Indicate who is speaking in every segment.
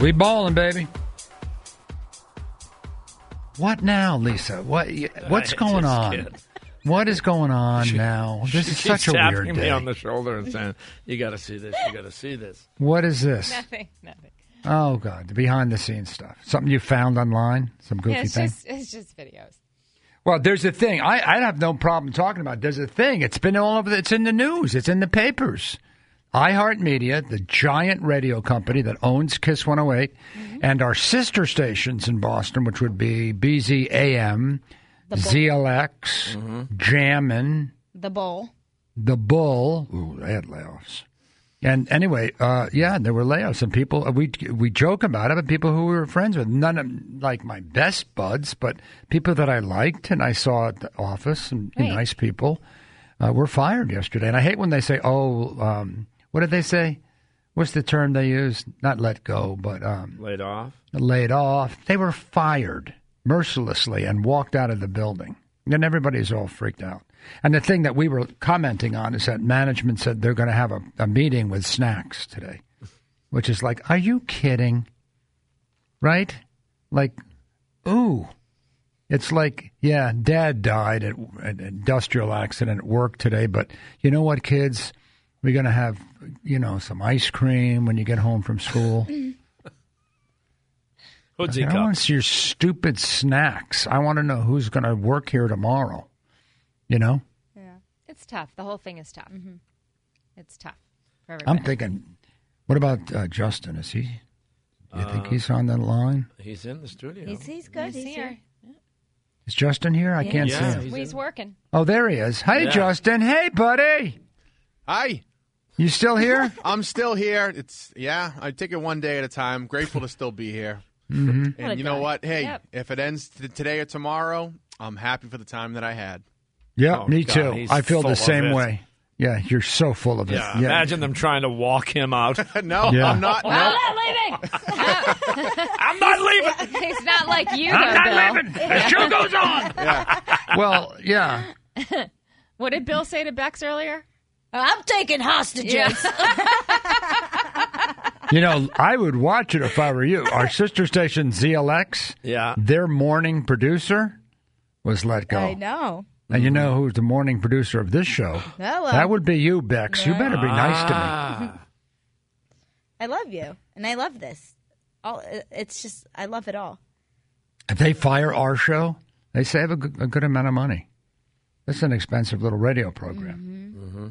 Speaker 1: We balling, baby. What now, Lisa? What y- what's
Speaker 2: I
Speaker 1: going
Speaker 2: just
Speaker 1: on?
Speaker 2: kidding.
Speaker 1: What is going on now? This is
Speaker 2: She
Speaker 1: such a
Speaker 2: keeps tapping
Speaker 1: weird
Speaker 2: me
Speaker 1: day.
Speaker 2: on the shoulder and saying, "You got to see this. You got to see this."
Speaker 1: What is this?
Speaker 3: Nothing. Nothing.
Speaker 1: Oh God, the behind the scenes stuff. Something you found online? Some goofy
Speaker 3: Yeah, it's
Speaker 1: thing?
Speaker 3: just it's just videos.
Speaker 1: Well, there's a thing. I, I'd have no problem talking about. it. There's a thing. It's been all over. The, it's in the news. It's in the papers. iHeartMedia, the giant radio company that owns Kiss 108, and our sister stations in Boston, which would be BZAM, ZLX, Jammin',
Speaker 3: The bowl.
Speaker 1: the bull. Ooh, they had layoffs. And anyway, uh, yeah, there were layoffs, and people uh, we we joke about it, but people who we were friends with, none of like my best buds, but people that I liked and I saw at the office and you know,
Speaker 3: Right.
Speaker 1: nice people, uh, were fired yesterday. And I hate when they say, "Oh, um, what did they say? What's the term they use? Not let go, but um,
Speaker 2: Laid off.
Speaker 1: laid off. They were fired mercilessly and walked out of the building. And everybody's all freaked out. And the thing that we were commenting on is that management said they're going to have a, a meeting with snacks today, which is like, are you kidding? Right? Like, ooh. It's like, yeah, dad died at an industrial accident at work today, but you know what, kids? We're going to have, you know, some ice cream when you get home from school.
Speaker 2: Hoodsy
Speaker 1: I don't
Speaker 2: cup.
Speaker 1: want to see your stupid snacks. I want to know who's going to work here tomorrow. You know,
Speaker 3: Yeah. It's tough. The whole thing is tough. It's tough for everybody.
Speaker 1: I'm thinking, what about uh, Justin? Is he? Do you
Speaker 2: Uh,
Speaker 1: think he's on the line?
Speaker 2: He's in the studio.
Speaker 4: He's, he's good. He's,
Speaker 3: He's
Speaker 4: here.
Speaker 3: here.
Speaker 1: Is Justin here? I can't
Speaker 2: Yeah,
Speaker 1: see him.
Speaker 2: he's
Speaker 3: He's,
Speaker 2: in.
Speaker 3: working.
Speaker 1: Oh, there he is. Hey,
Speaker 2: Yeah.
Speaker 1: Justin. Hey, buddy.
Speaker 5: Hi,
Speaker 1: You still here?
Speaker 5: I'm still here. It's yeah, I take it one day at a time. Grateful to still be here.
Speaker 3: What a
Speaker 5: And you know
Speaker 3: guy.
Speaker 5: what? Hey,
Speaker 3: Yep.
Speaker 5: if it ends t- today or tomorrow, I'm happy for the time that I had.
Speaker 1: yeah,
Speaker 2: Oh,
Speaker 1: me
Speaker 2: God,
Speaker 1: too.
Speaker 2: he's
Speaker 1: I feel
Speaker 2: full
Speaker 1: the
Speaker 2: of
Speaker 1: same
Speaker 2: it.
Speaker 1: way. Yeah, you're so full of it.
Speaker 2: Yeah, Imagine them trying to walk him out.
Speaker 5: no,
Speaker 1: Yeah.
Speaker 5: Oh, I'm not.
Speaker 3: I'm
Speaker 5: no.
Speaker 3: not leaving.
Speaker 2: I'm not leaving.
Speaker 3: He's not like you, though,
Speaker 1: I'm not
Speaker 3: Bill.
Speaker 1: leaving. The show goes on. Well, yeah.
Speaker 3: What did Bill say to Bex earlier?
Speaker 4: I'm taking hostages.
Speaker 1: You know, I would watch it if I were you. Our sister station ZLX,
Speaker 2: Yeah.
Speaker 1: their morning producer was let go.
Speaker 4: I know.
Speaker 1: And you know who's the morning producer of this show?
Speaker 4: well. um,
Speaker 1: That would be you, Bex. You better be nice to me.
Speaker 2: Ah.
Speaker 4: I love you, and I love this. All it- it's just I love it all.
Speaker 1: If they fire our show, they save a good, a good amount of money. That's an expensive little radio program.
Speaker 4: Mm-hmm.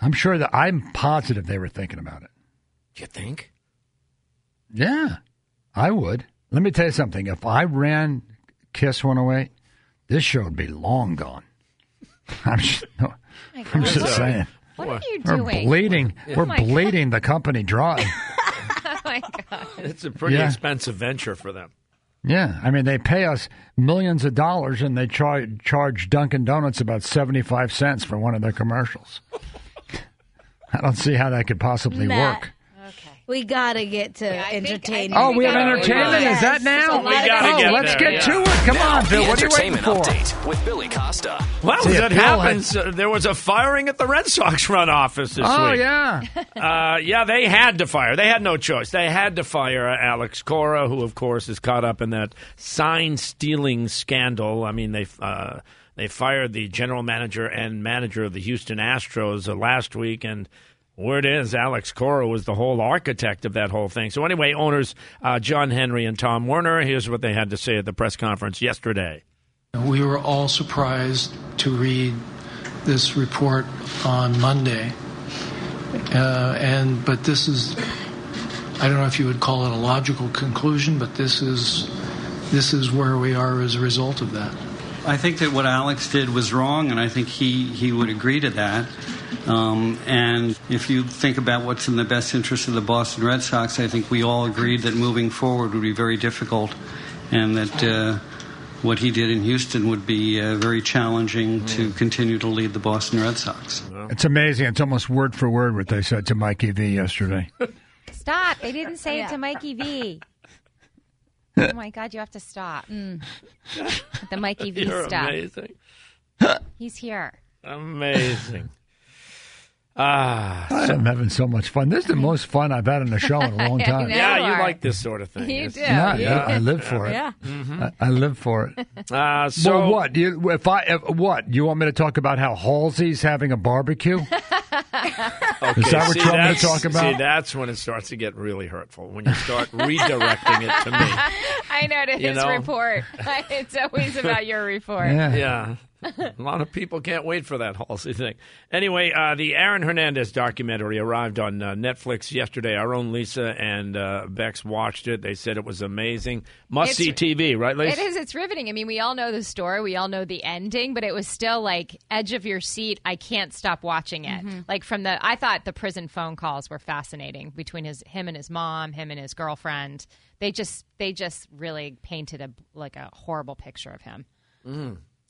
Speaker 1: I'm sure that I'm positive they were thinking about it.
Speaker 2: You think?
Speaker 1: Yeah, I would. Let me tell you something. If I ran Kiss 108, this show would be long gone. I'm just, no, I'm just saying.
Speaker 3: What are you
Speaker 1: We're
Speaker 3: doing?
Speaker 1: bleeding. We're
Speaker 3: my God.
Speaker 1: bleeding the company dry.
Speaker 3: Oh my God.
Speaker 2: It's a pretty
Speaker 1: Yeah.
Speaker 2: expensive venture for them.
Speaker 1: yeah, I mean they pay us millions of dollars and they char- charge Dunkin' Donuts about seventy-five cents for one of their commercials. I don't see how that could possibly
Speaker 4: Matt.
Speaker 1: work.
Speaker 3: Okay.
Speaker 4: We gotta get to
Speaker 3: I think- I
Speaker 4: entertainment.
Speaker 3: think
Speaker 1: Oh, we have
Speaker 3: gotta move
Speaker 1: entertainment.
Speaker 3: on.
Speaker 1: Is that
Speaker 4: Yes,
Speaker 1: now?
Speaker 4: there's a lot
Speaker 2: We
Speaker 4: of
Speaker 2: gotta
Speaker 1: oh,
Speaker 4: things.
Speaker 2: get
Speaker 1: let's
Speaker 2: there,
Speaker 1: get
Speaker 2: yeah.
Speaker 1: to it. Come
Speaker 6: Now,
Speaker 1: on, Bill.
Speaker 6: the
Speaker 1: What are you waiting
Speaker 6: entertainment
Speaker 1: for?
Speaker 6: update with Billy Costa.
Speaker 2: Well,
Speaker 1: See,
Speaker 2: that
Speaker 1: Bill had-
Speaker 2: happens. uh, there was a firing at the Red Sox front office this
Speaker 1: Oh
Speaker 2: week.
Speaker 1: yeah.
Speaker 2: Uh, yeah, they had to fire. They had no choice. They had to fire uh, Alex Cora, who, of course, is caught up in that sign stealing scandal. I mean, they uh, they fired the general manager and manager of the Houston Astros uh, last week, and word is Alex Cora was the whole architect of that whole thing. So anyway, owners uh, John Henry and Tom Werner. Here's what they had to say at the press conference yesterday.
Speaker 7: We were all surprised to read this report on Monday, uh, and but this is, I don't know if you would call it a logical conclusion, but this is this is where we are as a result of that.
Speaker 8: I think that what Alex did was wrong, and I think he, he would agree to that. Um, and if you think about what's in the best interest of the Boston Red Sox, I think we all agreed that moving forward would be very difficult, and that uh, what he did in Houston would be uh, very challenging to continue to lead the Boston Red Sox.
Speaker 1: It's amazing. It's almost word for word what they said to Mikey V yesterday.
Speaker 3: Stop. They didn't say it
Speaker 4: Yeah.
Speaker 3: to Mikey V. Oh my God, you have to stop. Mm. The Mikey V
Speaker 2: You're
Speaker 3: stuff.
Speaker 2: amazing,
Speaker 3: He's here.
Speaker 2: amazing. Ah,
Speaker 1: I'm having so much fun. This is the most fun I've had on a show in a long time.
Speaker 3: know.
Speaker 2: yeah,
Speaker 3: You
Speaker 2: you
Speaker 3: are.
Speaker 2: like this sort of thing.
Speaker 3: You
Speaker 2: It's-
Speaker 3: do.
Speaker 1: Yeah,
Speaker 3: You-
Speaker 1: yeah, I live for it.
Speaker 3: Yeah.
Speaker 1: I, I live for it.
Speaker 2: Uh, Mm-hmm. so
Speaker 1: well, what? You, if I if, what you want me to talk about how Halsey's having a barbecue?
Speaker 2: Okay,
Speaker 1: Is that what
Speaker 2: see,
Speaker 1: you want me to
Speaker 2: that's-
Speaker 1: talk about?
Speaker 2: See, that's when it starts to get really hurtful when you start redirecting it to me.
Speaker 3: I know to
Speaker 2: You
Speaker 3: his
Speaker 2: know?
Speaker 3: report. it's always about your report.
Speaker 1: Yeah.
Speaker 2: Yeah. A lot of people can't wait for that Halsey thing. Anyway, uh, the Aaron Hernandez documentary arrived on uh, Netflix yesterday. Our own Lisa and uh, Bex watched it. They said it was amazing. Must see
Speaker 3: It's-
Speaker 2: TV, right,
Speaker 3: It
Speaker 2: Lisa?
Speaker 3: is. It's riveting. I mean, we all know the story. We all know the ending, but it was still like edge of your seat. I can't stop watching it. Like from the, I thought the prison phone calls were fascinating between his, him and his mom, him and his girlfriend. They just, they just really painted a like a horrible picture of him.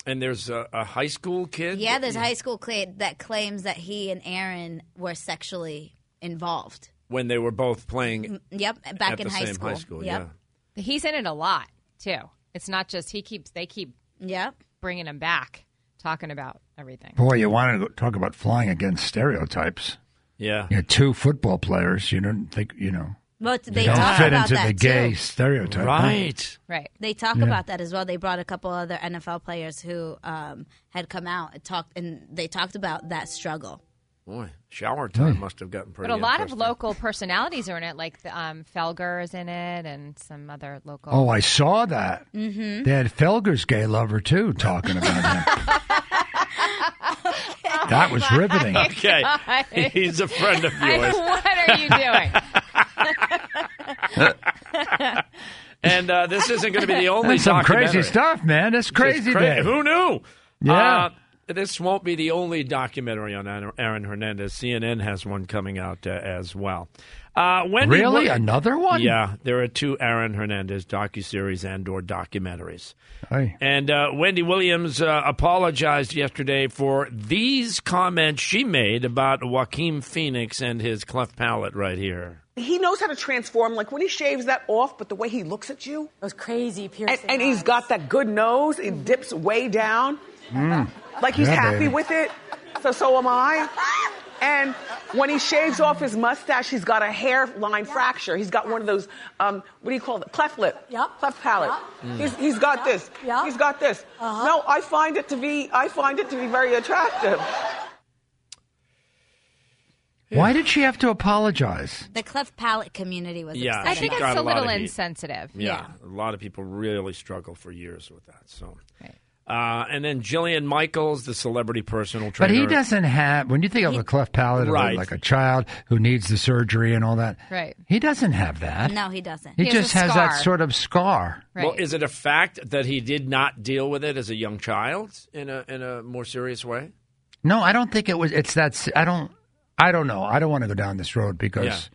Speaker 2: And there's a, a high school kid.
Speaker 4: Yeah, there's a high school kid that claims that he and Aaron were sexually involved.
Speaker 2: When they were both playing
Speaker 4: Yep, back
Speaker 2: at
Speaker 4: in
Speaker 2: the
Speaker 4: high
Speaker 2: same
Speaker 4: school.
Speaker 2: high school.
Speaker 4: Yep.
Speaker 3: He's in it a lot too. It's not just he keeps. They keep
Speaker 4: Yep.
Speaker 3: bringing him back, talking about everything.
Speaker 1: Boy, you want to go- talk about flying against stereotypes?
Speaker 2: Yeah.
Speaker 1: You know, two football players. You don't think you know?
Speaker 4: But they
Speaker 1: don't
Speaker 4: talk
Speaker 1: fit
Speaker 4: about
Speaker 1: into
Speaker 4: that
Speaker 1: the gay
Speaker 4: too.
Speaker 1: stereotype.
Speaker 2: Right.
Speaker 3: Right.
Speaker 4: They talk about that as well. They brought a couple other NFL players who um, had come out and talked, and they talked about that struggle.
Speaker 2: Boy, shower
Speaker 1: Hmm.
Speaker 2: time must have gotten pretty
Speaker 3: But a lot of
Speaker 2: interesting.
Speaker 3: local personalities are in it, like the, um, Felger is in it, and some other local.
Speaker 1: Oh, I saw that. Mm-hmm. They had Felger's gay lover too talking about him. that was riveting.
Speaker 2: Okay. He's a friend of
Speaker 3: I
Speaker 2: yours.
Speaker 3: know, what are you doing?
Speaker 2: And uh, this isn't going to be the only
Speaker 1: That's some crazy
Speaker 2: documentary.
Speaker 1: stuff, man. That's
Speaker 2: It's
Speaker 1: crazy.
Speaker 2: cra-
Speaker 1: day.
Speaker 2: Who knew?
Speaker 1: Yeah.
Speaker 2: Uh, this won't be the only documentary on Aaron- Aaron Hernandez. CNN has one coming out uh, as well. Uh, Wendy
Speaker 1: Really,
Speaker 2: Wo-
Speaker 1: another one?
Speaker 2: Yeah, there are two Aaron Hernandez docuseries and/or documentaries.
Speaker 1: Hey.
Speaker 2: And uh, Wendy Williams uh, apologized yesterday for these comments she made about Joaquin Phoenix and his cleft palate right here.
Speaker 6: He knows how to transform. Like when he shaves that off, but the way he looks at you,
Speaker 9: Those crazy
Speaker 6: and,
Speaker 9: piercing.
Speaker 6: and he's got that good nose. It dips way down, like he's
Speaker 1: Yeah,
Speaker 6: happy
Speaker 1: baby.
Speaker 6: with it. So so am I. And when he shaves off his mustache, he's got a hairline fracture. He's got one of those, um, what do you call it? Cleft lip.
Speaker 9: Yep.
Speaker 6: Cleft palate.
Speaker 2: Mm.
Speaker 9: Yep.
Speaker 6: He's, he's got
Speaker 9: Yep.
Speaker 6: this.
Speaker 9: Yep.
Speaker 6: He's got this.
Speaker 9: Uh-huh.
Speaker 6: No, I find it to be, I find it to be very attractive.
Speaker 1: Why did she have to apologize?
Speaker 4: The cleft palate community was
Speaker 2: Yeah.
Speaker 3: I
Speaker 4: upset
Speaker 3: think
Speaker 4: about
Speaker 2: She's
Speaker 4: it.
Speaker 2: got
Speaker 3: it's a
Speaker 2: a lot
Speaker 3: little
Speaker 2: of heat.
Speaker 3: insensitive.
Speaker 2: Yeah, a lot of people really struggle for years with that. So, uh, and then Jillian Michaels, the celebrity personal trainer.
Speaker 1: But he doesn't have. When you think of a cleft palate, of a-
Speaker 2: Right.
Speaker 1: like a child who needs the surgery and all that,
Speaker 3: Right.
Speaker 1: He doesn't have that.
Speaker 4: No, he doesn't.
Speaker 1: he,
Speaker 3: He has
Speaker 1: just
Speaker 3: a
Speaker 1: has that
Speaker 3: scar.
Speaker 1: sort of scar.
Speaker 3: Right.
Speaker 2: Well, is it a fact that he did not deal with it as a young child in a in a more serious way?
Speaker 1: No, I don't think it was. It's that. s- I don't. I don't know. I don't want to go down this road because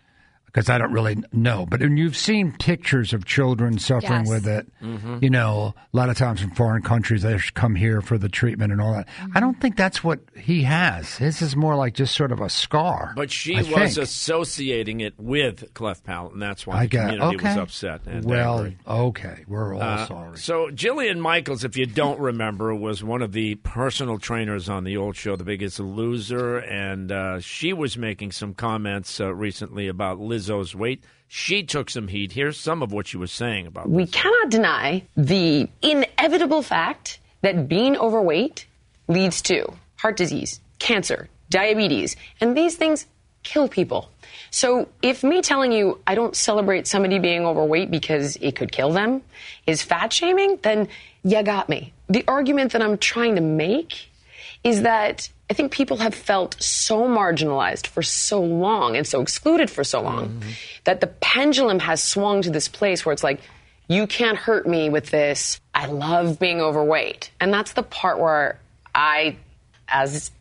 Speaker 1: because I don't really know. But and you've seen pictures of children suffering
Speaker 3: Yes.
Speaker 1: with it.
Speaker 2: Mm-hmm.
Speaker 1: You know, a lot of times from foreign countries, they should come here for the treatment and all that. I don't think that's what he has. His is more like just sort of a scar.
Speaker 2: But she
Speaker 1: I
Speaker 2: was
Speaker 1: think.
Speaker 2: associating it with cleft palate, and that's why
Speaker 1: I
Speaker 2: the
Speaker 1: got
Speaker 2: community
Speaker 1: okay.
Speaker 2: was upset. And
Speaker 1: well,
Speaker 2: angry. Uh,
Speaker 1: okay, we're all sorry.
Speaker 2: So Jillian Michaels, if you don't remember, was one of the personal trainers on the old show, The Biggest Loser, and uh, she was making some comments uh, recently about Lizzo's weight. She took some heat. Here's some of what she was saying about
Speaker 10: We
Speaker 2: Lizzo.
Speaker 10: cannot deny the inevitable fact that being overweight leads to heart disease, cancer, diabetes, and these things kill people. So if me telling you I don't celebrate somebody being overweight because it could kill them is fat shaming, then you got me. The argument that I'm trying to make is that I think people have felt so marginalized for so long and so excluded for so long that the pendulum has swung to this place where it's like, you can't hurt me with this. I love being overweight. And that's the part where I, as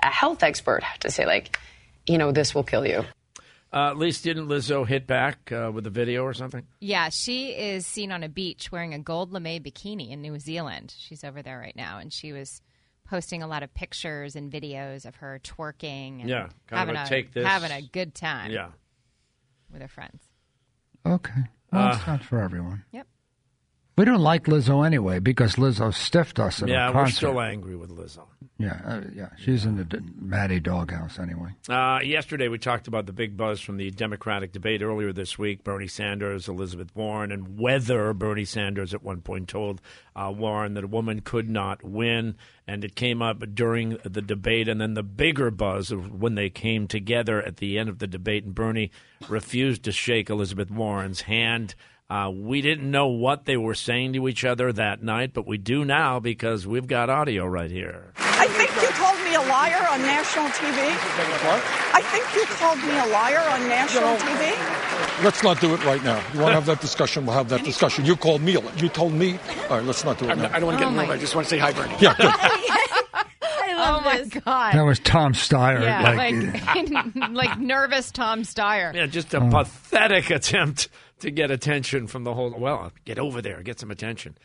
Speaker 10: a health expert, have to say, like, you know, this will kill you.
Speaker 2: Uh, at least didn't Lizzo hit back uh, with a video or something?
Speaker 3: Yeah, she is seen on a beach wearing a gold lame bikini in New Zealand. She's over there right now, and she was posting a lot of pictures and videos of her twerking. And
Speaker 2: Yeah, kind of
Speaker 3: having
Speaker 2: a take this-
Speaker 3: having a good time.
Speaker 2: Yeah.
Speaker 3: with her friends.
Speaker 2: uh,
Speaker 1: okay, well, it's not for everyone. We don't like Lizzo anyway because Lizzo stiffed us at
Speaker 2: Yeah,
Speaker 1: a
Speaker 2: we're
Speaker 1: concert.
Speaker 2: still angry with Lizzo.
Speaker 1: yeah, uh, yeah, she's in the d- Maddie doghouse anyway.
Speaker 2: Uh, yesterday, we talked about the big buzz from the Democratic debate earlier this week. Bernie Sanders, Elizabeth Warren, and whether Bernie Sanders at one point told uh, Warren that a woman could not win. And it came up during the debate. And then the bigger buzz of when they came together at the end of the debate, and Bernie refused to shake Elizabeth Warren's hand. Uh, we didn't know what they were saying to each other that night, but we do now because we've got audio right here.
Speaker 9: I think you called me a liar on national TV. I think you called me a liar on national TV.
Speaker 10: Let's not do it right now. You want to have that discussion? We'll have that discussion. You called me. a li- You told me. All right, let's not do it now.
Speaker 11: I don't want to get
Speaker 3: Oh
Speaker 11: in the
Speaker 3: my
Speaker 11: room. I just want to say hi, Bernie.
Speaker 10: Yeah, good.
Speaker 3: Oh
Speaker 4: Um,
Speaker 3: my god!
Speaker 1: That was Tom Steyer.
Speaker 3: yeah,
Speaker 1: like,
Speaker 3: like like nervous Tom Steyer.
Speaker 2: Yeah, just a
Speaker 1: Mm.
Speaker 2: pathetic attempt to get attention from the whole. Well, get over there, get some attention.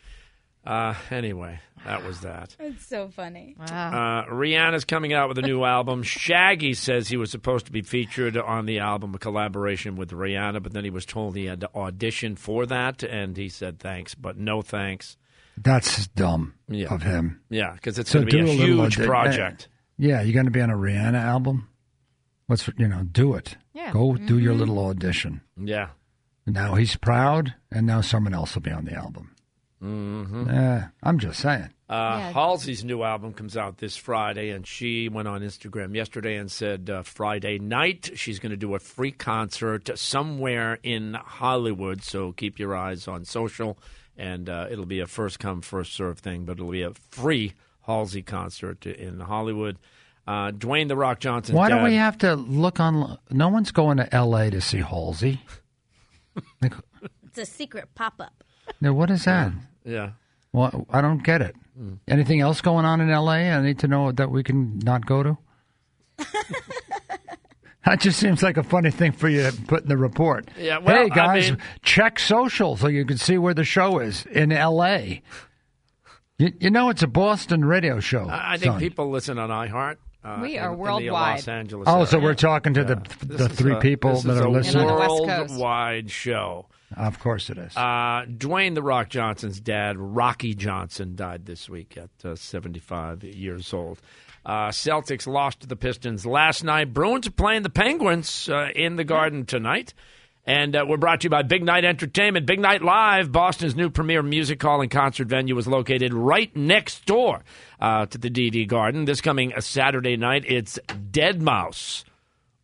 Speaker 2: Uh, anyway, that was that.
Speaker 4: It's so funny.
Speaker 2: Uh, Rihanna's coming out with a new album. Shaggy says he was supposed to be featured on the album, a collaboration with Rihanna, but then he was told he had to audition for that, and he said thanks, but no thanks.
Speaker 1: that's dumb
Speaker 2: Yeah.
Speaker 1: of him.
Speaker 2: Yeah, because it's
Speaker 1: So
Speaker 2: going to
Speaker 1: do
Speaker 2: be a,
Speaker 1: a little
Speaker 2: huge
Speaker 1: audi-
Speaker 2: project.
Speaker 1: Yeah, you're going to be on a Rihanna album. Let's you know do it.
Speaker 3: Yeah. Mm-hmm.
Speaker 1: Go do your little audition.
Speaker 2: Yeah.
Speaker 1: Now he's proud, and now someone else will be on the album. Mm-hmm. I'm just saying.
Speaker 2: Uh, Halsey's new album comes out this Friday, and she went on Instagram yesterday and said uh, Friday night she's going to do a free concert somewhere in Hollywood. So keep your eyes on social, and uh, it'll be a first come, first serve thing, but it'll be a free Halsey concert in Hollywood. Uh, Dwayne The Rock Johnson.
Speaker 1: Why do we have to look on? No one's going to L.A. to see Halsey. like,
Speaker 4: It's a secret pop up.
Speaker 1: now what is that?
Speaker 2: Yeah.
Speaker 1: Well, I don't get it.
Speaker 2: Hmm.
Speaker 1: Anything else going on in L.A. I need to know that we can not go to. that just seems like a funny thing for you to put in the report.
Speaker 2: Yeah, well,
Speaker 1: hey
Speaker 2: I
Speaker 1: guys,
Speaker 2: mean-
Speaker 1: check social so you can see where the show is in L.A. You, you know it's a Boston radio show.
Speaker 2: I, I think
Speaker 1: son.
Speaker 2: people listen on iHeart. Uh,
Speaker 3: We
Speaker 2: in-
Speaker 3: are
Speaker 2: in the
Speaker 3: worldwide.
Speaker 2: Los Angeles.
Speaker 1: Oh,
Speaker 2: area.
Speaker 1: so we're talking to the
Speaker 2: This
Speaker 1: the
Speaker 2: is
Speaker 1: three
Speaker 2: a-
Speaker 1: people
Speaker 2: this
Speaker 1: that
Speaker 2: is
Speaker 1: are
Speaker 2: a
Speaker 1: listening.
Speaker 3: And on the West Coast.
Speaker 2: Worldwide show.
Speaker 1: Of course it is.
Speaker 2: Uh, Dwayne the Rock Johnson's dad, Rocky Johnson, died this week at uh, 75 years old. Uh, Celtics lost to the Pistons last night. Bruins are playing the Penguins uh, in the Garden tonight. And uh, we're brought to you by Big Night Entertainment. Big Night Live, Boston's new premier music hall and concert venue, is located right next door uh, to the DD Garden. This coming uh, Saturday night, it's Dead Mouse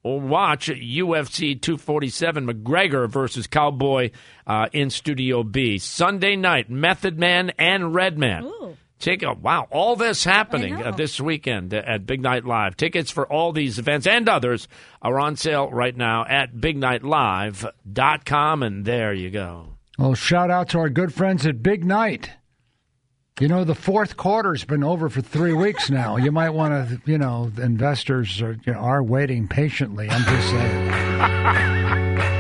Speaker 2: or watch UFC 247 McGregor versus Cowboy uh, in Studio B Sunday night. Method Man and Redman. Take a wow! All this happening uh, this weekend at Big Night Live. Tickets for all these events and others are on sale right now at BigNightLive.com, and there you go.
Speaker 1: Well, shout out to our good friends at Big Night. You know, the fourth quarter's been over for three weeks now. You might want to, you know, the investors are, you know, are waiting patiently. I'm just saying.